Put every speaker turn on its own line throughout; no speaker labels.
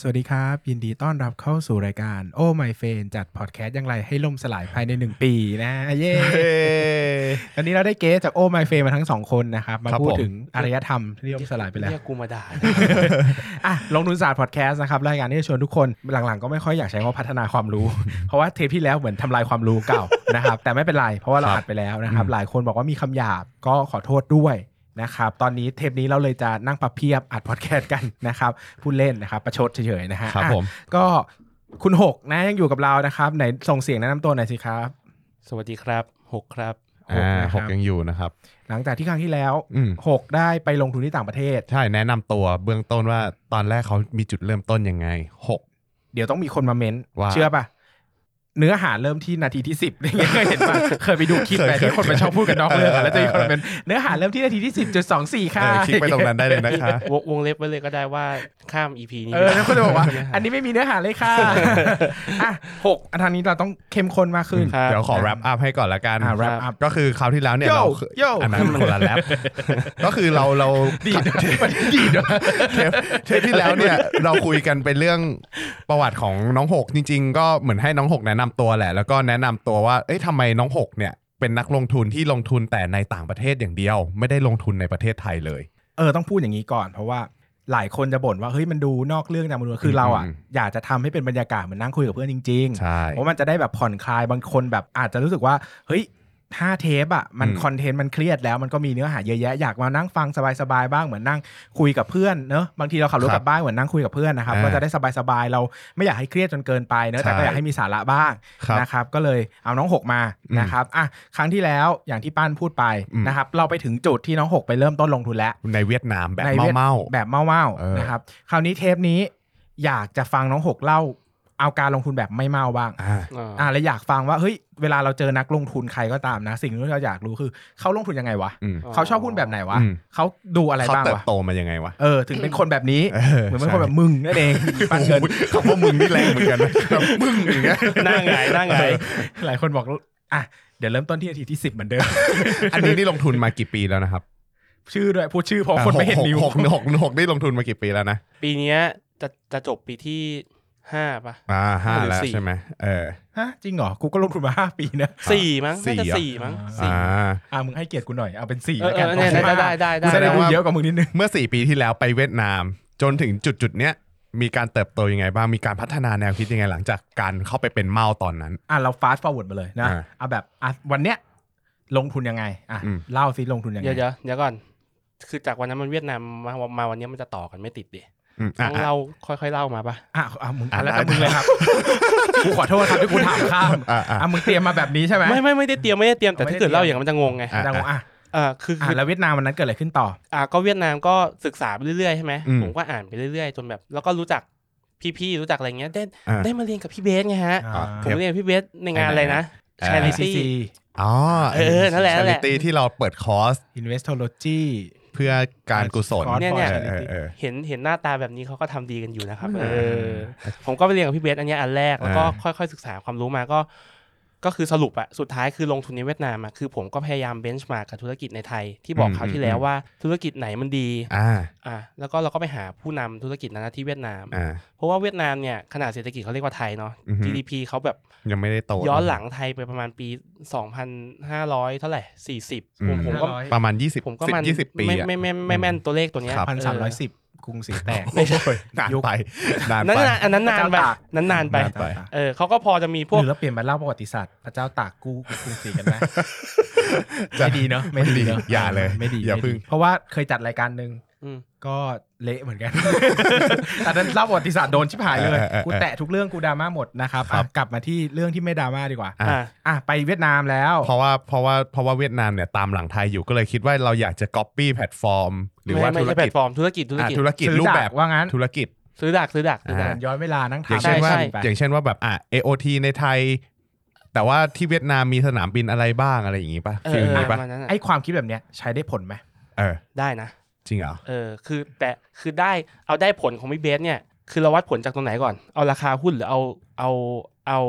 สวัสดีครับ ยินดีต้อนรับเข้าสู่รายการโอ้ my f r i e n d จัดพอดแคสต์อยังไรให้ล่มสลายภายใน 1 ปีนะเย้ตอนนี้เราได้เกสจากโอ้ my f r i e n d มาทั้งสองคนนะครับมา
ครับ
พูด
ผม
ถึงอารยธรรมที่ล่มสลายไปแล้ว
เรียกกูมาด่า
อ่ะลงทุนศาสตร์พอดแคสต์นะครับรายการที่จะชวนทุกคนหลังๆ ก็ไม่ค่อยอยากใช้คำว่าพัฒนาความรู้ เพราะว่าเทปที่แล้วเหมือนทำลายความรู้เก่า นะครับแต่ไม่เป็นไรเพราะว่าเรา
ค
อั
รับ
ดไปแล้วนะครับ หลายคนบอกว่ามีคำหยาบก็ขอโทษด้วยนะครับตอนนี้เทปนี้เราเลยจะนั่งปรับเพียบอัดพอดแคสต์กันนะครับพูดเล่นนะครับประชดเฉยๆนะฮะ
ครับ
อ่ะ
ผม
ก็คุณหกนะยังอยู่กับเรานะครับไหนส่งเสียงแนะนำตัวหน่อยสิครับ
สวัสดีครับหกครับ
ห
อ่าห
กนะค
ก
รับ
ยังอยู่นะครับ
หลังจากที่ครั้งที่แล้ว
อืม
หกได้ไปลงทุนที่ต่างประเทศ
ใช่แนะนำตัวเบื้องต้นว่าตอนแรกเขามีจุดเริ่มต้นยังไงหก
เดี๋ยวต้องมีคนมาเม้น
ว่า
เชื่อป่ะ เนื้อหาเริ่มที่นาทีที่สิบอย่างเงี้ยเคยเห็นป่ะ เคยไปดูคลิปไปที่คนมันชอบพูดกันนอกเรื่องอะแล้วจะมีคนมาเป็นเนื้อหาเริ่มที่นาทีที่สิบจุดสองสี่
เอ
ค่ะ
อคลิกไปตรงนั้นได้เลยนะคะ
วงวงเล็บไว้เลยก็ได้ว่าข้ามอีพีนี้
เออแล้วคนจะบอกว่า
ไม่ได้
อันนี้ไม่มีเนื้อหาเลยค่ะอ่ะหกอันทางนี้เราต้องเข้มข้นมากขึ้น
ครับ
เดี๋ยวขอ wrap up ให้ก่อนละกัน
อ่า wrap up
ก็คือคราวที่แล้วเนี่ย
Yo
เรา
Yo
อันนั้นคนละ wrap ก็คือเราเรา
ดีดดีด
เทปเทปที่แล้วเนี่ย เราคุยกันเป็นเรื่องประวัติของน้องหกจริง ๆ ก็เหมือนให้น้องหกแนะนำตัวแหละ แล้วก็แนะนำตัวว่าเอ้ยทำไมน้องหกเนี่ยเป็นนักลงทุนที่ลงทุนแต่ในต่างประเทศอย่างเดียว ไม่ได้ลงทุนในประเทศไทยเลย
เออต้องพูดอย่างนี้ก่อน เพราะว่าหลายคนจะบ่นว่าเฮ้ยมันดูนอกเรื่องจากมันดูคือเราอ่ะ
อืม
อยากจะทำให้เป็นบรรยากาศเหมือนนั่งคุยกับเพื่อนจริง ๆ
ใช่
เพราะมันจะได้แบบผ่อนคลายบางคนแบบอาจจะรู้สึกว่า เฮ้ยห้าเทปอ่ะมัน
อืม
คอนเทนต์มันเครียดแล้วมันก็มีเนื้อหาเยอะแยะอยากมานั่งฟังสบายๆบ้างเหมือนนั่งคุยกับเพื่อนเนอะบางทีเราขับรถ
ค
ก
รับ
ลับบ้านเหมือนนั่งคุยกับเพื่อนนะครับ
อ่า
ก็จะได้สบายๆเราไม่อยากให้เครียดจนเกินไปเนอะแต่ก็
ใช่
อยากให้มีสาระบ้าง
ครับ
นะครับก็เลยเอาน้องหกมา
อืม
นะครับอ่ะครั้งที่แล้วอย่างที่ป้านพูดไป
อืม
นะครับเราไปถึงจุดที่น้องหกไปเริ่มต้นลงทุนแล้ว
ในเวียดนามแบบ
ในวียด
เมาๆ
แบบเมาเมา
เออ
นะครับ คราวนี้เทปนี้อยากจะฟังน้องหกเล่า เอาการลงทุนแบบไม่เมาบ้าง
อ่า
อ่าแล้วอยากฟังว่าเฮ้ยเวลาเราเจอนักลงทุนใครก็ตามนะ สิ่งที่เราอยากรู้คือเขาลงทุนยังไงวะ
อืม
อ๋อ
เขาชอบหุ้นแบบไหนวะ
อืม
เขาดูอะไร
เขา
บ้าง
เติบ
วะ
โตมายังไงวะ
เออถึงเป็นคนแบบนี้เหมือนเป็นคนแบบ
ใช่
มึงนั่นเองปันเงิน
โอ้โหคำว่ามึงนี่แรงเหมือนกันนะแบบมึงอย่างเงี้ย
หน้าหงายหน้าหงาย
หลายคนบอกอ่ะเดี๋ยวเริ่มต้นที่นาทีที่สิบเหมือนเดิม
อันนี้นี่ลงทุนมากี่ปีแล้วนะครับ
ชื่อด้วยพูดชื่อเพราะคนไม่เห็นนิ้ว
หกหกหกได้ลงทุนมากี่ปีแล้วนะ
ปีเนี้ยจะจะจบปีที่ห้าปะ
อ่าห้า
หรือ
แล้ว
สี่
ใช่ไหมเออ
ฮะจริงเหรอกูก็ลงทุนมาห้าปีนะ
สี่มั้งน่าจะ
สี่
สี่
เหรอ
มั้งสี่
อ่า
อ่ะมึงให้เกียรติกูหน่อยเอาเป็นสี่
เออ
แล้ว
เอ
กัน
อเนี่ยได้ได้ได้
กู
ได้
จะได้
ได้
ดู
ว่า
เยอะกว่ามึงนิดนึง
เมื่อสี่ปีที่แล้วไปเวียดนาม จนถึงจุดจุดๆเนี้ยมีการเติบโตยังไงบ้างมีการพัฒนาแนวคิดยังไงหลังจากการเข้าไปเป็นเมาตอนนั้น
อ่ะเราฟาสต์ฟอร์เวิร์ดไปเลยนะ
อ่า
เอาแบบอ่ะวันเนี้ยลงทุนยังไงอ่ะ
อืม
เล่าสิลงทุนยังไง
เดี๋ยวเดี๋ยวเดี๋ยวก่อน คือจากวันนั้นมันเวียดนามมามาวันเนี้ยมันจะต่อกันไม่ติดดิ
อืม
ต้อง
อ่ะ
เล่าค่อยๆเล่ามาปะ
อ่ะอ่ะมึงอ่ะ
อ่ะ
แล้วแต่
ได้
มึงเลยครับ กูขอโทษครับที่กูถามข้าม
อ่ะอ่ะ
อ่ะมึงเตรียมมาแบบนี้ใช่ไหม
ไม่ไม่ไม่ได้เตรียมไม่ได้เตรียมแต่
ไม่
ถ้า
ได้
เกิด
เตรียม
เล่าอย่างนั้นมันจะงงไง
อ่ะ
ดังว่าอ่ะ
อ่าคือ
อ่ะ
คือ
แล้วเวียดนามวันนั้นเกิดอะไรขึ้นต่อ
อ่าก็เวียดนามก็ศึกษาไปเรื่อยๆใช่ไหม
อืม
ผมก็อ่านไปเรื่อยๆจนแบบ แล้วก็รู้จักพี่ๆรู้จักอะไรเงี้ยได้
อ่ะ
ได้มาเรียนกับพี่เบสไงฮะ
อ่า
ผมเรียนพี่เบสในงานอะไรนะ
อ่า
Charity
ICC
อ๋อ
เออนั่นแหละนั่นแหละ
ตีที่เราเปิดคอร์ส
Investology
เพื่อการกุศล
คอร์ส
เนี่ยเนี่ย
เออเออเออ
เห็นเห็นหน้าตาแบบนี้เขาก็ทำดีกันอยู่นะครับเออผมก็ไปเรียนกับพี่เบสอันเนี้ยอันแรกแล้วก็ค่อยๆศึกษาความรู้มาก็ ก็คือสรุปอะสุดท้ายคือลงทุนในเวียดนามอะคือผมก็พยายามเบนช์มากับธุรกิจในไทย ที่บอกคราวที่แล้วว่าธุรกิจไหนมันดี
อ่า
อ่ะแล้วก็เราก็ไปหาผู้นำธุรกิจนั้นนะที่เวียดนาม
อ่า
เพราะว่าเวียดนามเนี่ยขนาดเศรษฐกิจเขาเรียกว่าไทยเนาะ
อือฮึ
GDP เขาแบบ
ยังไม่ได้โต
ย้อนหลังไทยไปประมาณปี 2,500 เท่าไหร่ 40 ผม
อืม
ผมก็
ประมาณ 20
ผมก็มัน
10 20 ปี
ไม่
อะ
ไม่ไม่ไม่แม่นตัวเลขตัวเนี้ย
ครับ
พันสามร้อย
เ
สิบกรุงศรีแตก
ไม่ใช่นานไปนาน
นั่น
ไป
น่ะอันนั้นนานไป
เจ้าตาก
นั้นนานไป
นานไป
เออเขาก็พอจะมีพว
ห
ก
รือเราเปลี่ยนมาเล่าประวัติศาสตร์พระเจ้าตากกู้กรุงศรีกันไหมไม่ดีเนาะไม่ดีเนาะ
อย่าเลย
ไม่ดี
อย่า
ไม่ดี
พึ่ง
เพราะว่าเคยจัดรายการหนึ่ง
อืม
ก็เละเหมือนกัน ตอนนั้นเล่าประวัติศาสตร์โดนชิบหายเลย
เออเออเออ
กูแตะทุกเรื่องกูดราม่าหมดนะครับ
ครั
อ่ะ
บ
กลับมาที่เรื่องที่ไม่ดราม่าดีกว่า
อ่ะ
อ่า
อ่ะไปเวียดนามแล้ว
เพราะว่าเพราะว่าเพราะว่าเวียดนามเนี่ยตามหลังไทยอยู่ก็เลยคิดว่าเราอยากจะ copy แพลตฟอร์ม หรือว่า
ไม่
ธุร
ใช่แพล
กิจ
ตฟอร์มธุรกิจธุร
อ่ะ
กิจ
ธุรกิจ
ซื้อ
รูปแบบ
ดักว่างั้น
ธุรกิจ
ซื้อดักซื้อดักซื้อดัก
อ่า
ย้อนเวลานั่ง
อ
ถา
ย่าม งเช่นว่า
ใช่
ไป
อย่างเช่นว่าแบบอ่ะ AOT ในไทย แต่ว่าที่เวียดนามมีสนามบินอะไรบ้างอะไรอย่างงี้ป่ะ
เอ
ฟิล
อ
นี้
ป
ป่ะ
ระมาณนั้นน่ะ
ไอ้ความคิดแบบเนี้ยใช้ได้ผลไหม
เออ
ได้นะ
จริงเหรอ
เออคือแต่คือได้เอาได้ผลของพี่เบสเนี่ย คือเราวัดผลจากตรงไหนก่อน เอาราคาหุ้นหรือเอาเอาเอา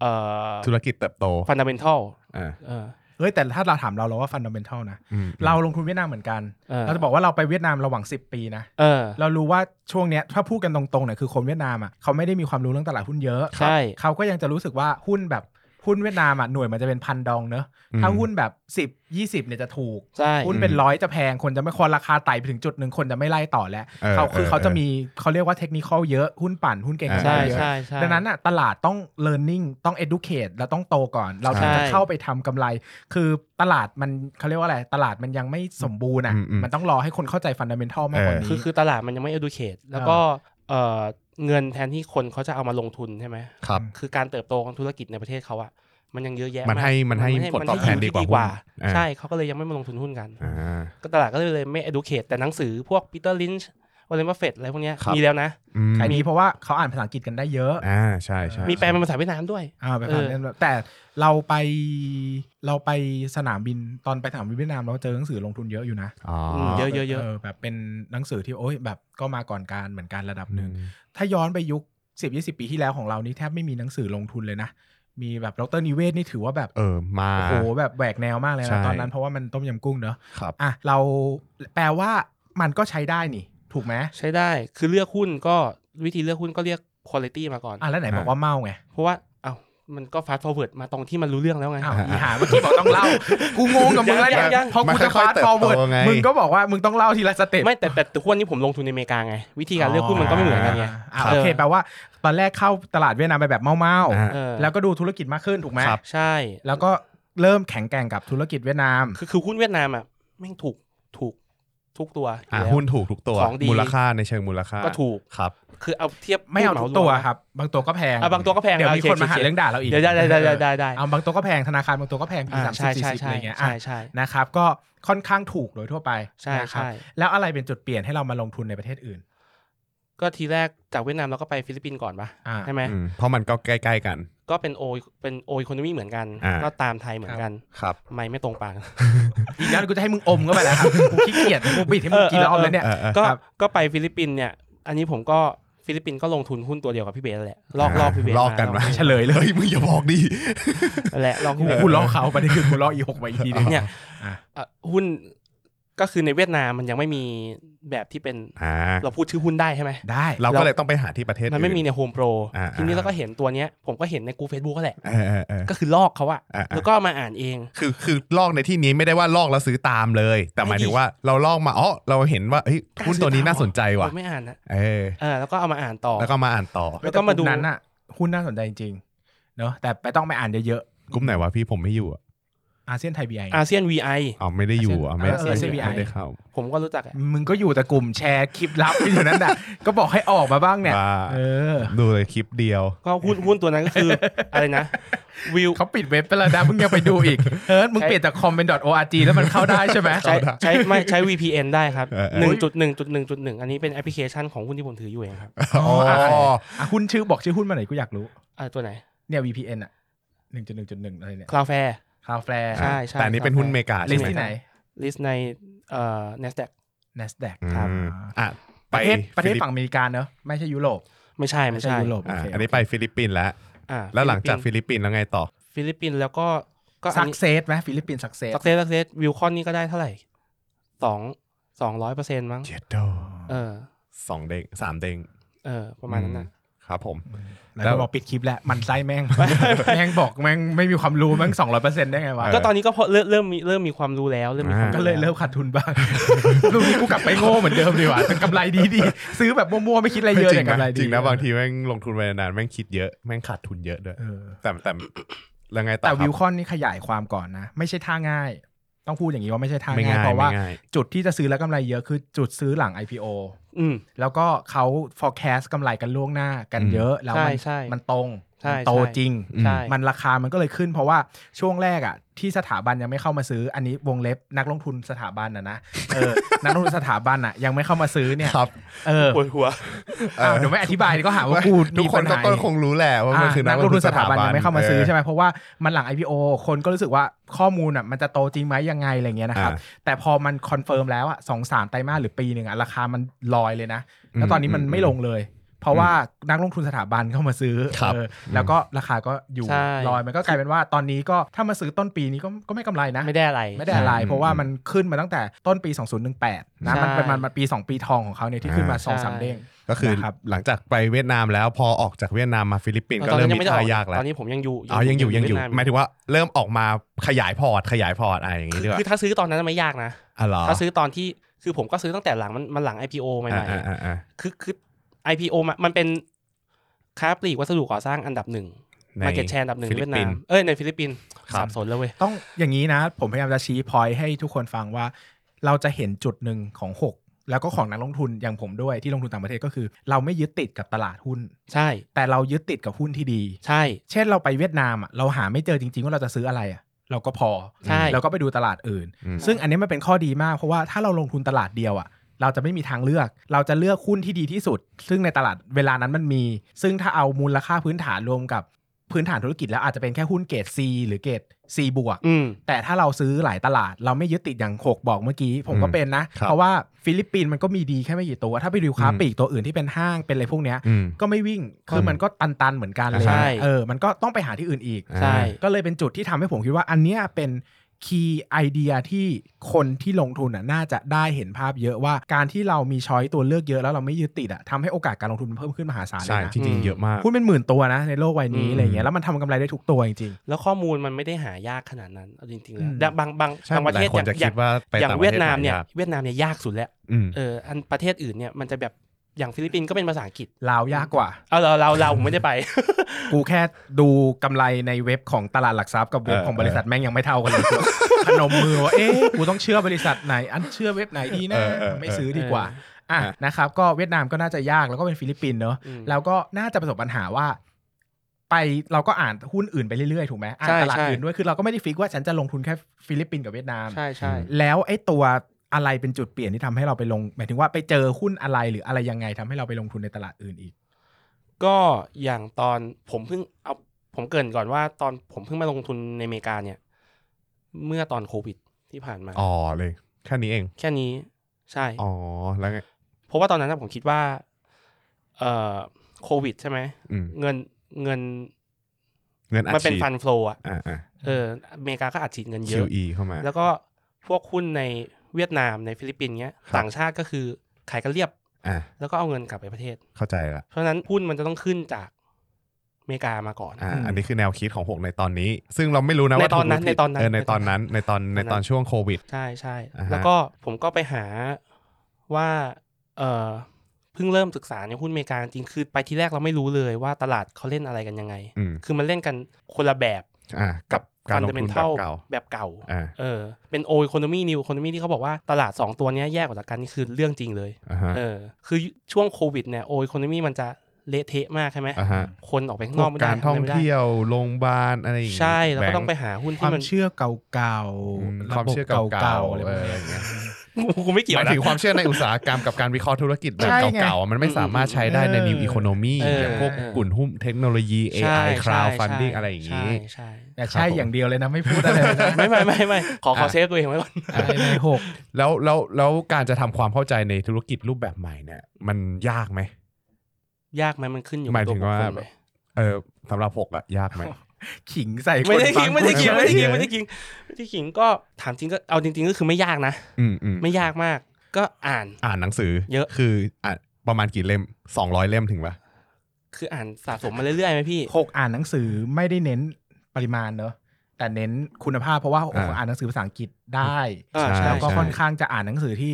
เอ่อ
ธุรกิจเติบโต
ฟันดัมเบลทัล
อ่า
เออ
เฮ้ยแต่ถ้าเราถามเราเราว่าฟันดัมเบลทัลนะ
อืม
เราลงทุนเวียดนามเหมือนกัน
เออ
เราจะบอกว่าเราไปเวียดนามระหว่าง 10 ปีนะ
เออ
เรารู้ว่าช่วงเนี้ยถ้าพูดกันตรงๆเนี่ยคือคนเวียดนามอ่ะเขาไม่ได้มีความรู้เรื่องตลาดหุ้นเยอะ
ใช่
เขาก็ยังจะรู้สึกว่าหุ้นแบบหุ้นเวียดนามอ่ะหน่วยมันจะเป็นพันดองเนอะ
อืม
ถ้าหุ้นแบบ 10 20เนี่ยจะถูก
ใช่
หุ้นเป็นร้อยจะแพงคนจะไม่คนราคาไต่ไปถึงจุดหนึ่งคนจะไม่ไล่ต่อแล้ว
เออ
เขาคือ
เออ
เขาจะ
เออ
มีเขาเรียกว่าเทคนิคเยอะหุ้นปั่นหุ้นเก่งกำไร
ใช่
เยอะ
ใช่ใช่
ดังนั้นอ่ะตลาดต้อง learning ต้อง educate แล้วต้องโตก่อน เราถึง
ใช่
จะเข้าไปทำกำไร คือตลาดมันเขาเรียกว่าอะไรตลาดมันยังไม่สมบูรณ์อ่ะ
อืมอืม
มันต้องรอให้คนเข้าใจ fundamental มากกว่า
เออ
นี้
คือคือตลาดมันยังไม่ educate แล้วก็เอ่อเงินแทนที่คนเขาจะเอามาลงทุนใช่ไหม
ครับ
คือการเติบโตของธุรกิจในประเทศเขาอะมันยังเยอะแยะ
มันให้
าก
มันให้ผลตอบแทน
มัให้
ดีกว่า
ที่
หุ้น
ใช่เขาก็เลยยังไม่มาลงทุนหุ้นกัน
อ่า
ก็ตลาดก็เลยไม่ educate แต่หนังสือพวกปีเตอร์ลินช์วอลเลนบัฟเฟตอะไรพวกเนี้ย
ครับ
มีแล้วนะ
อืม
อันนี้เพราะว่าเขาอ่านภาษาอังกฤษกันได้เยอะ
อ่าใช่ใช่
มีแปลเป็นภาษาเวียดนามด้วย
อ่าไปฟัง
เออ
กันแต่เราไปเราไปสนามบินตอนไปสนามบินเวียดนามเราเจอหนังสือลงทุนเยอะอยู่นะ
อ๋อ
มเยอะ
แบบเป็นหนังสือที่โอ้ยแบบก็มาก่อนการเหมือนกันระดับหนึ่ง
อืม
ถ้าย้อนไปยุค 10 20 ปีที่แล้วของเรานี่แทบไม่มีหนังสือลงทุนเลยนะ มีแบบดรนิเวศน์นี่ถือว่าแบบ
เออมา
โอ้โหแบบแหวกแนวมากเลย
ใช่
นะตอนนั้นเพราะว่ามันต้มยำกุ้งเนอะ
ครับ
อ่ะเราแปลว่ามันก็ใช้ได้นี่ ถูกไหม
ใช้ได้คือเลือกหุ้นก็วิธีเลือกหุ้นก็เรียก quality มาก่อน
อ่ะแล้วไหน
อ่ะ
บอกว่าเมาไง
เพราะว่าเอ้ามันก็ fast forward มาตรงที่มันรู้เรื่องแล้วไง
อ้าวอีหาเมื่อกี้บอกต้องเล่า กูงงกับมึงแล้ว
ยังยั
เนี่ย
ง
พอกูจะ
มันค่อย
ฟา
ๆ
ดฟอร์เวิร์ด
เติบโตไง
มึงก็บอกว่ามึงต้องเล่าทีละสเต็ป
ไม่แต่แต่แต่หุ้นนี้ผมลงทุนในอเมริกาไง วิธีการเลือกหุ้นมันก็ไม่เหมือนกันไง
อ่า
ครับ
โอเคแปลว่าตอนแรกเข้าตลาดเวียดนามไปแบบเมา
อ่า
เออ
ๆแล้วก็ดูธุรกิจมากขึ้นถูกไหม
ครับ
ใช่
แล้วก็เริ่มแข็งแกร่งกับธุรกิจเวียดนาม
คือคือหุ้นเวียดนามอะแม่งถูกถูกทุกตัวอยู่
อ่า
แล้ว
หุ้นถูกทุกตัว
ของดี
มูลค่าในเชิงมูลค่า
ก็ถูก
ครับ
คือเอาเทียบ
ไม่เอาทุ
หุ้
ก
น
ตัว
หมรม
ครับ บางตัวก็แพง
อ่ะบางตัวก็แพง
เดี๋ยวมี
โอเค
คนมาหา
โอเค
เรื่องด่าเราอีก
เดี๋ยวได้ได้ได้ได้ได้
เอาบางตัวก็แพงธนาคารบางตัวก็แพงปี
อ่า
สามสิบ
ใช่
สี่สิบอะ
ใช่ใช่
ไรเงี้ย
ใช่
อ่ะ
ใช่
นะครับก็ค่อนข้างถูกโดยทั่วไป
ใช่
นะครับ
ใช่
แล้วอะไรเป็นจุดเปลี่ยนให้เรามาลงทุนในประเทศอื่น
ก็ทีแรกจากเวียดนามเราก็ไปฟิลิปปินส์ก่อนปะ
อ่า
ใช่ไหม
อืมเพราะมันก็ใกล้ ๆ กัน
ก็เป็นโอเป็นโอคอนมีเหมือนกัน
อ่า
ก็ตามไทยเหมือนกัน
ครับ
ไม่ไม่ตรงปาก
อีกแล้วกูจะให้มึงอมก็ไปแล้วครับกูขี้เกียจกูบิดให้มึงกินแล้วอมแล้วเนี่ย
เออเออ
ก็
ครับ
ก็ไปฟิลิปปินส์เนี่ย อันนี้ผมก็ฟิลิปปินส์ก็ลงทุนหุ้นตัวเดียวกับพี่เบสแหละลอกลอกพี่เบส
ลอกกันมา
มา
เฉลยเลย
เฮ้ยมึงอย่าบอกดิ
นั่นแหละลอก
กู
พี่เบส
กูล้อเขาประเด็นคือกูล้ออีหกมาอีกทีหนึง
เนี่ย
อ่ะ
เอ่อหุ้นก็คือในเวียดนามมันยังไม่มีแบบที่เป็น
อ่า
เราพูดชื่อหุ้นได้ใช่ไหม
ได้
เราก็เลยต้องไปหาที่ประเทศ
มันไม่มี
อื่
ในโฮมโปร
อ่า
ทีนี้
อ่า
เราก็เห็นตัวเนี้ย ผมก็เห็นในกูเฟซบุ๊กก็แหละ
เออเออเออ
ก็คือลอกเขาอะ
อ่าอ่า
แล้วก็มาอ่านเอง
คือคือลอกในที่นี้ไม่ได้ว่าลอกแล้วซื้อตามเลย แต่หมายถึงว่าเราลอกมาอ๋อเราเห็นว่าเฮ้ยหุ้นตัวนี้น่าสนใจว่ะ
ผมไม่อ่านนะ
เออ
เออแล้วก็เอามาอ่านต่อ
แล้วก็มาอ่านต่อ
แล้วก็มาดู
ต่ลุ่นั้นอะหุ้นน่าสนใจจริงๆเนาะแต่ไปต้องไปอ่านเยอะ
กลุ่มไหนวะพี่ผมไม่อยู่อะ
ๆอาเซียนไทยบีไอ
อาเซียน VI
อ๋อไม่ได้อยู่อ่ะไม่
เออ CBI
ไม่ได้เข้า
ผมก็รู้จักอะ
มึงก็อยู่แต่กลุ่มแชร์คลิปลับอยู่นั้นอ่ะ ก็บอกให้ออกมาบ้างเนี่ย
ว่า
เออ
ดูเลยคลิปเดียว
ก็หุ้นหุ้นตัวนั้นก็ คือ อะไรนะวิว
เขาปิดเว็บไปแล้วนะมึงยังไปดูอีกเฮ้ยมึงเปลี่ยนจากคอมเป็น .org แล้วมันเข้าได้ใช่ไหม
ใช้ใช้ไม่ใช้ VPN ได้ครับ
เออเออ
1.1.1.1 อันนี้เป็นแอปพลิเคชันของหุ้นที่ผมถืออยู่เองครับ
อ๋ออ่ะ
อ๋อ
อ่ะหุ้นชื่อบอกชื่อหุ้นมาหน่อยกูอยากรู้
อ่าตัวไหน
เนี่ย VPN อ่ะหนึ่งจุดหนึ่งจุดหนึ่งอะไรเนี่ย
Cloudflare
Cloudflare
ใช่ใช่
แต่อันนี้เป็นหุ้นอเมริกา
ลิ
ใช่
ส
ไหม
ที่ไหน
ลิสต์ในเอ่อ NASDAQ
NASDAQ
อืม
ครับ
อ่ะ
ป
ไประ
เทศประเทศ
ฟิลิป
ฝั่งอเมริกาเนอะไม่ใช่ยุโรป
ไม่ใช่ไม่ใช่
ยุโรปโอ
อ่ะ
เค
อันนี้ไปฟิลิปปินส์แล้ว
อ่า
แล้วหลังจากฟิลิปปินส์แล้วไงต่อ
ฟิลิปปินส์แล้วก็ก็
สักเซสไหมฟิลิปปินส์สักเซส
สักเซสสักเซสวิวคอนนี้ก็ได้เท่าไหร่สองสองร้อยเปอร์เซ็นต์มั้ง
เจ็ดโด
เออ
สองเด้งสามเด้ง
เออประมาณนั้นนะ
ครับผม
แล้วก็บอกปิดคลิปแล้วมันไส้แม่ง แม่งบอกแม่งไม่มีความรู้แม่งสองร้อยเปอร์เซ็นต์ได้ไงวะ
ก็ตอนนี้ก็พอเริ่มเริ่มมีเริ่มมีความรู้แล้วเริ่มมีความ
ก็เลยเริ่
แว
มขาดทุนบ้ าง ลูกนี้กูกลับไปโง่เหมือนเดิมดีกว่าแต่กำไรดีดีๆซื้อแบบมั่วๆไม่คิดอะไรเยอะ
จ
แต่
ริงนะ
กำไรดี
จริงนะบางทีแม่งลงทุนไปนานๆแม่งคิดเยอะแม่งขาดทุนเยอะด้วย
เออ
แต่แต่แล้วไงต่อ
แต่
ครับ
วิวคอนนี่ขยายความก่อนนะ ไม่ใช่ท่าง่าย ต้องพูดอย่างนี้ว่าไม่ใช่ท่า
ไม่
ง่าย
ง่าย
เพราะว่า
ไม่ง่ย
จุดที่จะซื้อแล้วกำไรเยอะคือจุดซื้อหลัง IPO
อืม
แล้วก็เขา forecast กำไรกันล่วงหน้ากันเยอะ แล้วมัน
ใช่ใช่
มันตรง
ใช่
มันโต
ใช่
จริง
ใช่
มันราคามันก็เลยขึ้น เพราะว่าช่วงแรกอ่ะที่สถาบันยังไม่เข้ามาซื้อ อันนี้วงเล็บนักลงทุนสถาบันนะนะเออ นักลงทุนสถาบันอ่ะยังไม่เข้ามาซื้อเนี่ย
ครับ
เออ
ปวดหัว
อ้าวเดี๋ยวไม่อธิบายก็หาว่ากู
ทุก
มี
คน
ปัญ
ก็
หา
ก็คงรู้แหละว่ามัน
อ่ะ
คือ
นั
นั
ก
ก
ล
ล
ง
ง
ทุ
ทุ
น
น
ส
ส
ถา
ถา
บั
บั
น
น
ยังไม่เข้ามาซื้อใช่
ไหม
ไหมเพราะว่ามันหลัง IPO คนก็รู้สึกว่าข้อมูลอ่ะมันจะโตจริงไหมยังไงอะไรเงี้ยนะครับ
อ่
แต่พอมันคอนเฟิร์มแล้วอ่ะสองสามไตรมาสหรือปีหนึ่งอ่ะราคามันลอยเลยนะ แล้วตอนนี้มัน
อืม
ไม่ลงเลย เพราะว่านักลงทุนสถาบันเข้ามาซื้อ
ครับ
เออแล้วก็ราคาก็อยู่
ใช่
ลอยมันก็กลายเป็นว่าตอนนี้ก็ถ้ามาซื้อต้นปีนี้ก็ก็ไม่กำไรนะ
ไม่ได้อะไร
ไม่ได้อะไร
ใช่
เพราะว่ามันขึ้นมาตั้งแต่ต้นปี 2018 นะ มัน
ใช่
เป็นมันปี 2 ปีทองของเขาเนี่ยที่ขึ้นมา
อ่า
2 3 เด้ง
ก็คือ
นะครับ
หลังจากไปเวียดนามแล้วพอออกจากเวียดนามมาฟิลิปปินส์
ต
ก็
อน
เริ่ม
นั้นยัง
มี
ไม่ได้อ
ทา
อก
ยากแล้ว
ตอนนี้ผมยังอยู่
อ๋อยังอยู่ยังอยู่
เวีดน
หมายถึงว่าเริ่มออกมาขยายพอร์ตขยายพอร์ตอะไรอย่างงี้ด้วย
คือถ้าซื้อตอนนั้นไม่ยากนะ
อ๋อเหรอ
ถ้าซื้อตอนที่คือผมก็ซื้อตั้งแต่หลังมันมันหลัง IPO ใหม่
อ่าอ่าอ่า
ๆคือคือ IPO มันมันเป็นค้าปลีกวัสดุก่อสร้างอันดับหนึ่ง
ใน
มาเก็ตแชร์อันดับหนึ่ง
ฟิลิ
เวี
ป
ยด
ปิ
นาน ม
ส์
เอ้ยในฟิลิปปินส์
ครับ
สับสนแล้วเว้ย
ต้องอย่างนี้นะ ผมพยายามจะชี้พอยให้ทุกคนฟังว่า เราจะเห็นจุดหนึ่งของ 6 แล้วก็ของนักลงทุนอย่างผมด้วยที่ลงทุนต่างประเทศก็คือ เราไม่ยึดติดกับตลาดหุ้น
ใช่
แต่เรายึดติดกับหุ้นที่ดี
ใช่
เช่นเราไปเวียดนามอ่ะเราหาไม่เจอจริงๆว่าเราจะซื้ออะไรอ่ะเราก็พอ
ใช่
เราก็ไปดูตลาดอื่น
อืม
ซึ่งอันนี้มันเป็นข้อดีมากเพราะว่าถ้าเราลงทุนตลาดเดียวอ่ะเราจะไม่มีทางเลือก เราจะเลือกหุ้นที่ดีที่สุด ซึ่งในตลาดเวลานั้นมันมี ซึ่งถ้าเอามูลค่าพื้นฐานรวมกับพื้นฐานธุรกิจแล้วอาจจะเป็นแค่หุ้นเกรด C หรือเกรด C บวก
อืม
แต่ถ้าเราซื้อหลายตลาด เราไม่ยึดติดอย่างหกบอกเมื่อกี้ ผมก็
อืม
เป็นนะ
ครับ
เพราะว่าฟิลิปปินส์มันก็มีดีแค่ไม่กี่ตัว ถ้าไปดูค้า
อืม
ปลีกตัวอื่นที่เป็นห้างเป็นอะไรพวกเนี้ย
อืม
ก็ไม่วิ่ง คือมันก็ตันๆเหมือนกันเลย
ใช่
เออ มันก็ต้องไปหาที่อื่นอีก
อ่า
ใช่
ก็เลยเป็นจุดที่ทำให้ผมคิดว่าอันเนี้ยเป็นคีย์ไอเดียที่คนที่ลงทุนน่ะน่าจะได้เห็นภาพเยอะว่าการที่เรามีช้อยตัวเลือกเยอะแล้วเราไม่ยึดติดอะทำให้โอกาสการลงทุนมันเพิ่มขึ้นมหาศาลเล
ใช่
ยนะ
จริงๆเยอะมาก
หุ้นเป็นหมื่นตัวนะในโลกใบนี้
อืม
อะไรเงี้ยแล้วมันทำกำไรได้ทุกตัวจริง
แล้วข้อมูลมันไม่ได้หายากขนาดนั้นเอาจริงๆแล้
อื
ว
ม
และบางบาง
ใช่
บางประ
หลา
เท
ย
ศ
คนจะ
อ
คิ
ย่า
ด
ง
ว่าไป
อย่าง
ต่างประเทศ
เวียดนามเนี่ย
หายาก
เวียดนามเนี่ยยากสุดแล้ว
อืม
เอออันประเทศอื่นเนี่ยมันจะแบบอย่างฟิลิปปินส์ก็เป็นภาษาอังกฤษ
ๆลาวยากกว่า
เอาเราเราเราผมไม่ได้ ไป
กูแค่ดูกำไรในเว็บของตลาดหลักทรัพย์กับเว็บ
เออ
ของบริษัทแม่งยังไม่เท่ากันเลย พนมมือว่าเอ๊ะกูต้องเชื่อบริษัทไหน อันเชื่อเว็บไหนดีนะ
เออเออเออ
ไม่ซื้อดีกว่าอ่ะ
เออ
นะครับก็เวียดนามก็น่าจะยากแล้วก็เป็นฟิลิปปินส์เนอะ
อืม
แล้วก็น่าจะประสบปัญหาว่า ไปเราก็อ่านหุ้นอื่นไปเรื่อยๆถูกไหมอ่าน
ใช่
ตลาด
ใช่
อื่นด้วยคือเราก็ไม่ได้ฟิกว่าฉันจะลงทุนแค่ฟิลิปปินส์กับเวียดนาม
ใช่ใช่
แล้วไอ้ตัวอะไรเป็นจุดเปลี่ยนที่ทำให้เราไปลง หมายถึงว่าไปเจอหุ้นอะไรหรืออะไรยังไงทำให้เราไปลงทุนในตลาดอื่นอีก
ก็อย่างตอนผมเพิ่งเอาผมเกรินก่อนว่าตอนผมเพิ่งมาลงทุนในอเมริกาเนี่ย เมื่อตอนโควิดที่ผ่านมา
อ๋อเลยแค่นี้เอง
แค่นี้ใช่
อ๋อแล้วไง
เพราะว่าตอนนั้นนะผมคิดว่าเอ่อโควิดใช่ไหม
อืม
เงินเงิน
เงินอัด
มันเป็น
ฉีด
ฟันฟลออะ
อ่าอ่า
เอออเมริกาก็อัดฉีดเงินเยอะ
QE เข้ามา
แล้วก็พวกหุ้นในเวียดนามในฟิลิปปินส์เนี้ย
ครับ
ต่างชาติก็คือขายกันเรียบ
อ่า
แล้วก็เอาเงินกลับไปประเทศ
เข้าใจละ
เพราะฉะนั้นหุ้นมันจะต้องขึ้นจากอเมริกามาก่อน
อ่า
อืม
อันนี้คือแนวคิดของหกในตอนนี้ ซึ่งเราไม่รู้นะว่า
ในตอนนั้น
ถูกหรือผิด
ในตอนนั้น
เออในตอนนั้นในตอนใน
ในตอนนั้น
ตอนช่วงโควิด
ใช่ใช่
อ่าฮะ
แล้วก็ผมก็ไปหาว่าเออเพิ่งเริ่มศึกษาในหุ้นอเมริกาจริงๆคือไปที่แรกเราไม่รู้เลยว่าตลาดเขาเล่นอะไรกันยังไง
อืม
คือมันเล่นกันคนละแบบ
อ่า กับการลงทุนแบบเก่า
แบบเก่า
อ่า
เออเป็นโอ c o n o m y new economy ที่เขาบอกว่าตลาด 2 ตัวเนี้ยแยกออกจากกันนี่คือเรื่องจริงเลย
อ่าฮะ
เออคือช่วงโควิดเนี่ยโอ c o n o m y มันจะเละเทะมากใช่ไหม
อ่าฮะ
คนออกไปข้า
พ
งน
ว
อก
ก
ไม่ได้
การท่อง
ทำะไรไม่ได้
เที่ยวโรงพยาบาลอะไรอย่างงี้
ใช่แล้วก็ต้องไป
บงค์
หาหุ้น
ควา
ที่
ม
มัน
เชื่อเก่าๆ
ความเชื่อ
ระบบ
เก่า
เก่า
ๆ
ๆอะไรแบบ
เอออ
นี้
ย่างเงี้ย
กูไม่เกี่ย
ห
ว
มาย
นะ
ถึงความเชื่อในอุตสาหกรรมกับการวิเคราะห์ธุรกิจแบบ
ใช่ไง
เก่าๆอ่ะมันไม่สามารถใช้ได้ใน new economy
เออ
อย่างพวก
เออ
กลุ่มหุ้นเทคโนโลยี AI
ใช่ใช่
crowd
ใช่
funding อะไรอย่างงี้
ใช่ใช่
แต่ใช่
ครับผม
อย่างเดียวเลยนะไม่พูดอะไรเลย นะ
ไม่ไม่ไม่ไม่ขอขอ
อ่ะ
เซฟตัวเองไว้ก่อน
ในหก
แล้วแล้วแล้วการจะทำความเข้าใจในธุรกิจรูปแบบใหม่เนี่ย มันยากไหม
ยากไหมมันขึ้นอยู่
หมาย
กับ
ถึง
ตัวบุคค
ว่า
ล
แบ
ไหม
บ เออสำหรับหกอะยากไหม
ขิงใส่คน
ไม่ได้
ฟั
ขิงไม่ได้ขิง
พู
ไม่ได้ขิง
เยอะ
ไม่ได้ขิงไม่ได้ขิงก็ถามจริงก็เอาจริงๆก็คือไม่ยากนะ
อืมอืม
ไม่ยากมาก ก็อ่าน
อ่านหนังสือ
เยอะ
คืออ่านประมาณกี่เล่มสองร้อยเล่มถึงปะ
คืออ่านสะสมมาเรื่อยๆไหมพี่
หกอ่านหนังสือไม่ได้เน้นปริมาณเนอะแต่เน้นคุณภาพเพราะว่าหกอ่านหนังสือภาษาอังกฤษได้
อ่าใช่
แล้วก็
ใช่
ค่อนข้างจะอ่านหนังสือที่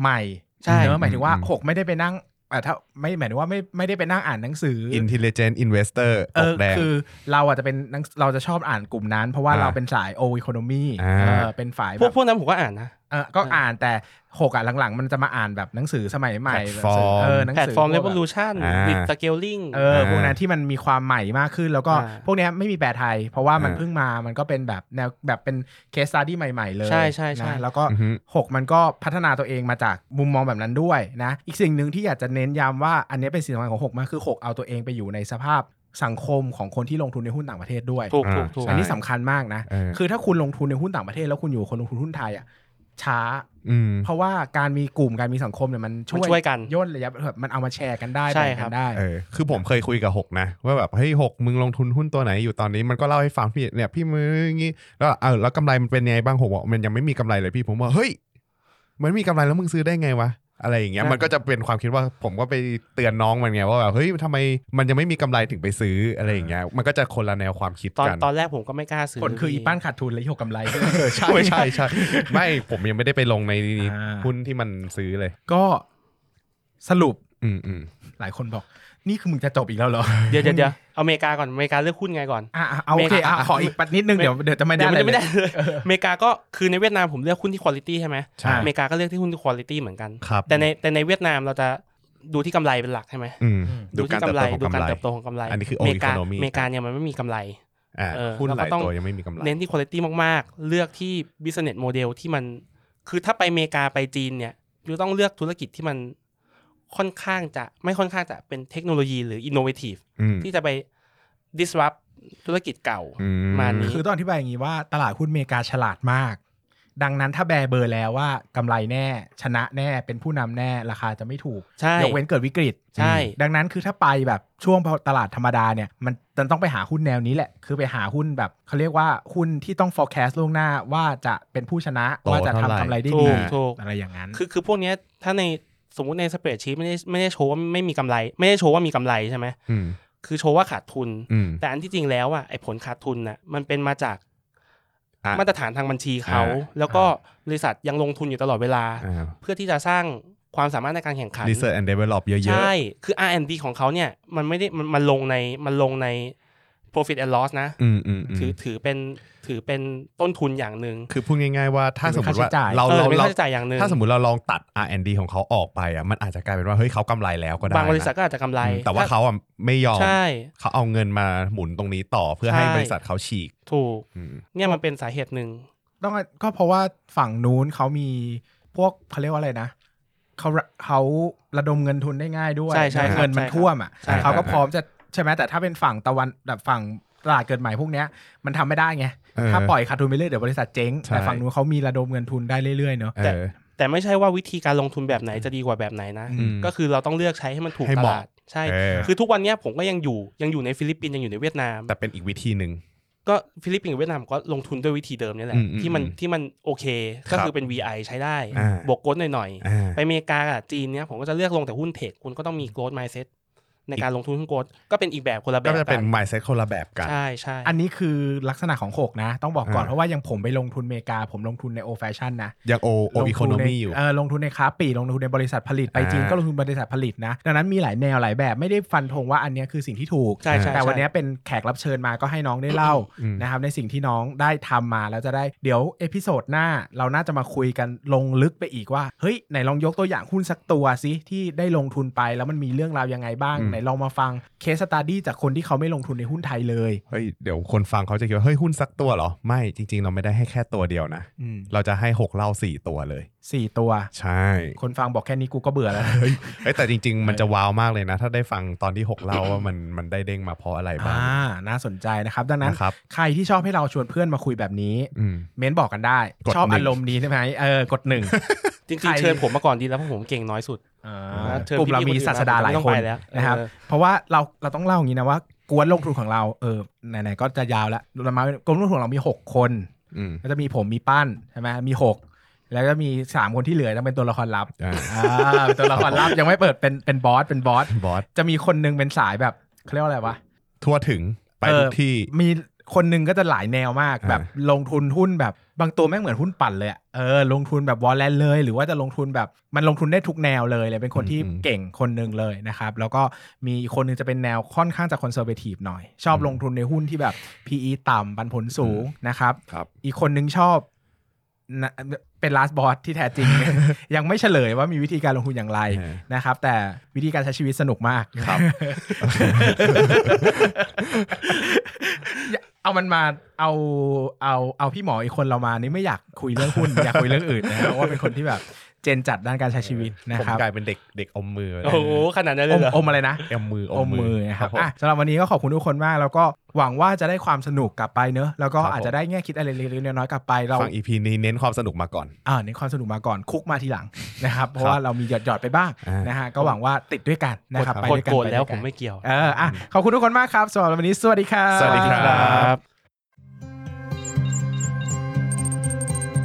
ใหม่
ใช่
เนอะหมายถึงว่า
อืม
หกไม่ได้ไปนั่งอ่ะถ้าไม่หมายถึงว่าไม่ไม่ได้ไปนั่งอ่านหนังสืออ
intelligent investor
เอ
ต
อก
แดง
คือเราอาจจะเป็นหนังเราจะชอบอ่านกลุ่มนั้น เพราะว่า
อ่า
เราเป็นสายโอ c o n o m y
อ่า
เออเป็นฝ่ายแบ
พวก
บ
พวกนั้นผมก็อ่านนะ
เออก็
เอออ่
อ่านแต่หกอ่ะหลังๆ มันจะมาอ่านแบบหนังสือสมัยใหม่
แพลตฟอร์ม
เออหนัง
แพลต
สือ
ฟอร์ม
พวกแบบ
revolution
อ่า
with scaling
เออพวกนั้นที่มันมีความใหม่มากขึ้น แล้วก็
อ่า
พวกเนี้ยไม่มีแปลไทย เพราะว่ามัน
อ่า
เพิ่งมามันก็เป็นแบบแนวแบบเป็นเคส e ต u ดี้ใหม่ ๆ เลย
ใช่ใช่ใช่
นะแล้วก็
อือฮึ
6 มันก็พัฒนาตัวเองมาจากมุมมองแบบนั้นด้วยนะ อีกสิ่งหนึ่งที่อยากจะเน้นย้ำว่าอันเนี้ยเป็นสิ่งสำคัญของ 6 มากคือ 6 เอาตัวเองไปอยู่ในสภาพสังคมของคนที่ลงทุนในหุ้นต่างประเทศด้วย
ถูกถูกถูก
ใช่
อันนี้สำคัญมากนะ
เออ
คือถ้าคุณลงทุนในหุ้นต่างประเทศแล้วคุณอยู่กับคนลงทุนหุ้นไทยอ่ะ ช้า
อืม
เพราะว่าการมีกลุ่มการมีสังคมเนี่ยมันช่วย
มันช่วยกัน
ย่นระยะแบบมันเอามาแชร์กันได้
ใช่
แบ่ง
ครั
กับ นได้
เออคือผมเคยคุยกับหกนะ ว่าแบบเฮ้ยหกมึงลงทุนหุ้นตัวไหนอยู่ตอนนี้มันก็เล่าให้ฟังพี่เนี่ยพี่มืออย่างงี้แล้วเออแล้วกำไรมันเป็นไงบ้างหกบอกมันยังไม่มีกำไรเลยพี่ผมว่าเฮ้ยมันไม่มีกำไรแล้วมึงซื้อได้ไงวะอะไรอย่างเงี้ย
นั่น
มันก็จะเป็นความคิดว่าผมก็ไปเตือนน้องมันไงว่าแบบเฮ้ยทำไมมันยังไม่มีกำไรถึงไปซื้ออะไรอย่างเงี้ยมันก็จะคนละแนวความคิด
ตอน
กัน
ตอนแรกผมก็ไม่กล้าซื้อ
ผลคืออี
พี่
ปั้นขาดทุนและอีหกกำไร
เออใช่ ใช่ใช่ไม่ผมยังไม่ได้ไปลงใน
อ่า
หุ้นที่มันซื้อเลย
ก็สรุป
อืมอืม
หลายคนบอก นี่คือมึงจะจบอีกแล้วเหรอ
เดี๋ยวเดี๋ยวเดี๋ยวอเมริกาก่อนอเมริกาเลือกหุ้นไงก่อน
อ่ะอ่ะเอาโอเคอ่ะขออีกปัดนิดนึง เดี๋ยวเดี๋ยวจะไม่ได้
เดี๋ยวมัน
อะ
จะ
ไร
ไม่ได้เลยอเมริกาก็คือในเวียดนามผมเลือกหุ้นที่คุณภาพใช่ไหม
ใช่
อเมริกาก็เลือกที่หุ้นที่คุณภาพเหมือนกัน
ครับ
แต่ในแต่ในเวียดนามเราจะดูที่กำไรเป็นหลักใช่ไหม
อืมดู
ดู
การ
ที่
เติบโต
กำไร
ของ
ดู
กำ
การ
ไร
เติบโตของกำไร
อันนี้คือ
เมริกา
economy
อเมริกาเนี่ยมันไม่มีกำไร
อ่า
เออ
หุ้นหลาย
เราก็ต้อง
ตัวยังไม่มีกำไร
เน้นที่คุณภาพมากๆ เลือกที่ business model ที่มัน คือถ้าไปอเมริกาไปจีนเนี่ยยูต้องเลือกธุรกิจที่มันค่อนข้างจะไม่ค่อนข้างจะเป็นเทคโนโลยีหรือ innovative
อืม
ที่จะไป disrupt ธุรกิจเก่า
อืม
มานี้
คือต้องอธิบายอย่างนี้ว่าตลาดหุ้นอเมริกาฉลาดมาก ดังนั้นถ้าแบร์เบอร์แล้วว่ากำไรแน่ ชนะแน่เป็นผู้นำแน่ราคาจะไม่ถูก
ใช่
ยกเว้นเกิดวิกฤต
ใช่
อืมดังนั้นคือถ้าไปแบบช่วงตลาดธรรมดาเนี่ย มันมันต้องไปหาหุ้นแนวนี้แหละ คือไปหาหุ้นแบบเขาเรียกว่าหุ้นที่ต้อง forecast ล่วงหน้าว่าจะเป็นผู้ชนะ
โต
ว่าจะ
เท่าไหร่
ทำกำไรได้
ถู
ดี
กถูก
อะไรอย่างนั้น
คือคือพวกเนี้ยถ้าในสมมติในสเปรดชี t ไม่ได้ไม่ได้โชว์ว่าไม่มีกำไร ไม่ได้โชว์ว่ามีกำไรใช่ไหม
อืม
คือโชว์ว่าขาดทุน
อืม
แต่อันที่จริงแล้วอ่ะไอ้ผลขาดทุนน่ะมันเป็นมาจาก
อ่ะ
มาตรฐานทางบัญชีเขา
อ่ะ
แล้วก็บริษัทยังลงทุนอยู่ตลอดเวลา
อ่า
เพื่อที่จะสร้างความสามารถในการแข่งขัน
research and develop เยอะๆ
ใช่ คือ R&D ของเขาเนี่ยมันไม่ได้มันมันลงในมันลงใน profit and loss นะ
อืมอืมอืม
ถือถือเป็นถือเป็นต้นทุนอย่างหนึ่ง
คือพูดง่ายๆว่าถ้าสมมติว่า
เป็นค่าใช้จ่าย
เรา
เออ
เรา
เป็น
เรา
ค่าใช้จ่ายอย่างหนึ่ง
ถ้าสมมติเราลองตัด R&D ของเขาออกไปอ่ะมันอาจจะกลายเป็นว่าเฮ้ยเขากำไรแล้วก็ได้
บางบริษัทก็อาจจะกำไร
อืมแต่ว่าเขาอ่ะไม่ยอม
ใช่
เขาเอาเงินมาหมุนตรงนี้ต่อเพื่อให้
ใช่
บริษัทเขาฉีก
ถูก
อืม
เนี่ยมันเป็นสาเหตุหนึ่ง
ต้องก็เพราะว่าฝั่งนู้นเขามีพวกเขาเรียกว่าอะไรนะเขาเขาระดมเงินทุนได้ง่ายด้วย
ใช่ใช่ครับ
เงินมัน
ใช่ครับ
ท่วมอ่ะ
ใช่ครับ
เขาก็พร้อมจะใช่ไหมแต่ถ้าเป็นฝั่งตะวันแบบฝั่งตลาดเกิดใหม่พวกเนี้ยมันทำไม่ได้ไง
เออ
ถ้าปล่อยขาดทุนไปเรื่อยเดี๋ยวบริษัทเจ๊ง
ใช่
แต่ฝั่งนู้นเขามีระดมเงินทุนได้เรื่อยๆเนอะ
เออ
แต่ แต่ไม่ใช่ว่าวิธีการลงทุนแบบไหนจะดีกว่าแบบไหนนะ
อืม
ก็คือเราต้องเลือกใช้ให้มันถูก
ให้
ต
เหมาะ
ลาดใช่
เออ
คือทุกวันเนี้ยผมก็ยังอยู่ยังอยู่ในฟิลิปปินส์ยังอยู่ในเวียดนาม
แต่เป็นอีกวิธีหนึ่ง
ก็ฟิลิปปินส์กับเวียดนามก็ลงทุนด้วยวิธีเดิมเนี่ยแห
อื
ละ
มอืม
ที่มันที่มันโอเค
ครับ
ก็คือเป็น VI ใช้ได้
อ่า
บวกโกลดหน่อย
อ่า
ๆ ไปอเมริกากับจีนเนี่ยผมก็จะเลือกลงแต่หุ้นเทคคุณก็ต้องมีโกลด์มายเซ็ตในการลงทุนหุ้นโกลด์ก็เป็นอีกแบบคนละแบ
ก็
บ
จะเป็น
กัน
mindset คนละแบบกัน
ใช่ใช่
อันนี้คือลักษณะของหกนะ ต้องบอกก่อน
อ่า
เพราะว่าอยังผมไปลงทุนอเมริกา ผมลงทุนในโอแฟชั่นนะ
ยังโอโอ
ลง
อีโค
ทุ
โน
นใน
มีอยู่
เออลงทุนในค้าปลีกลงทุนในบริษัทผลิตไป
อ่า
จีนก็ลงทุนบริษัทผลิตนะ ดังนั้นมีหลายแนวหลายแบบไม่ได้ฟันธงว่าอันเนี้ยคือสิ่งที่ถูก
ใช่ใช่
แต่วัน
ใช่
เนี้ยเป็นแขกรับเชิญมาก็ให้น้องได้เล่า
อืม
นะครับในสิ่งที่น้องได้ทำมาแล้วจะได้เดี๋ยวเอพิโซดหน้าเราน่าจะมาคุยกันลงลึกไปอีกว่าเฮ้ยไหนลองยกตัวอย่างหุ้นสักตัวสิที่ได้ลงทุนไปแล้วมันมีเรื่องราวยังไงบ้าง
อืม
ไหนลองมาฟังเคสตาดี้จากคนที่เขาไม่ลงทุนในหุ้นไทยเลย
เฮ้ยเดี๋ยวคนฟังเขาจะคิดว่าเฮ้ยหุ้นสักตัวเหรอไม่จริง ๆ เราไม่ได้ให้แค่ตัวเดียวนะ
อืม
เราจะให้หกเล่าสี่ตัวเลย
สี่ตัว
ใช่
คนฟังบอกแค่นี้กูก็เบื่อแล้ว
เอ้ยแต่จริง ๆ มันจะว้าวมากเลยนะ ถ้าได้ฟังตอนที่ 6 เล่า ว่ามันมันได้เด้งมาเพราะอะไรบ้าง
อ่า น่าสนใจนะครับ ดังนั้น
นะครับ
ใครที่ชอบให้เราชวนเพื่อนมาคุยแบบนี้
อืม
เม้นบอกกันได้
กด
ชอบ
หนึ่
อาง รมณ์นี้ใช่ไหมเออกดหนึ่ง
จริ
ใครง
ๆเชิญผมมาก่อนดีแล้วเพราะผมเก่งน้อยสุด
า
เชิญ
กลุ่มเรา
พี่ๆ
มี
คนอื่น
ศาสดาหลาย
ต้อง
คน
ไปแล้ว
นะครับ
เออ
เพราะว่าเราเราต้องเล่าอย่างนี้นะว่ากวนลงทุนของเราเออไหนๆก็จะยาวแล้วเรามากลุ่มลงทุนของเรามี 6 คน
อืม
ก็จะมีผมมีปั้นใช่ไหมมี 6 แล้วก็มี 3 คนที่เหลือต้องเป็นตัวละครลับ
อ่า
อ่าเป็นตัวละครลับยังไม่เปิดเป็นเป็นบอสเป็นบอส
บอส
จะมีคนหนึงเป็นสายแบบเขาเรียกว่าอะไรวะ
ทั่วถึงไปทุกที่
มีคนหนึ่งก็จะหลายแนวมาก
อ่า
แบบลงทุนหุ้นแบบบางตัวแม่งเหมือนหุ้นปั่นเลยอะเออลงทุนแบบวอลเลนเลย หรือว่าจะลงทุนแบบมันลงทุนได้ทุกแนวเลยเลยเป็นคนที่เก่งคนหนึ่งเลยนะครับ แล้วก็มีอีกคนหนึงจะเป็นแนวค่อนข้างจะคอนเซอร์เวทีฟหน่อย ชอบลงทุนในหุ้นที่แบบ PE ต่ำปันผลสูงนะครับ
ครับ
อีกคนนึงชอบนะเป็นลาสบอสที่แท้จริง ยังไม่เฉลยว่ามีวิธีการลงทุนอย่างไร
อ่าน
นะครับ แต่วิธีการใช้ชีวิตสนุกมาก
ครับ
อย่าเอามันมาเอา เอาเอาพี่หมออีกคนเรามานี่ไม่อยากคุยเรื่องหุ้น อยากคุยเรื่องอื่นนะครับเพราะว่าเป็นคนที่แบบ เจนจัดด้านการใช้ชีวิตนะ
ผม
ครับ
กลายเป็นเด็กเด็กอมมือ
โอ้โหขนาดนั้นเล
อย ม
เหรอ
อมอะไรนะ
อมมือ
อมมือนะครับ
ผม
อ่ะสำหรับวันนี้ก็ขอบคุณทุกคนมาก แล้วก็หวังว่าจะได้ความสนุกกลับไปเนอะแล้วก็
ครับผม
อาจจะได้แง่คิดอะไรเล็กๆน้อยๆกลับไปเรา
ฟังอีพีนี้เน้นความสนุกมาก่อน
อ่าเน้นความสนุกมาก่อนคุกมาทีหลังนะครับเพราะว่าเรามีหยอดๆไปบ้าง
อ่าน
นะฮะก็หวังว่าติดด้วยกันนะครับไป
ก
ด้
ด
วยกัน
โกรธ
ไปด้วยกัน
แล้วผมไม่เกี่ยว
เอออ่ะขอบคุณทุกคนมากครับสำหรับวันนี้สวัสดีครับ
สวัสดีครับ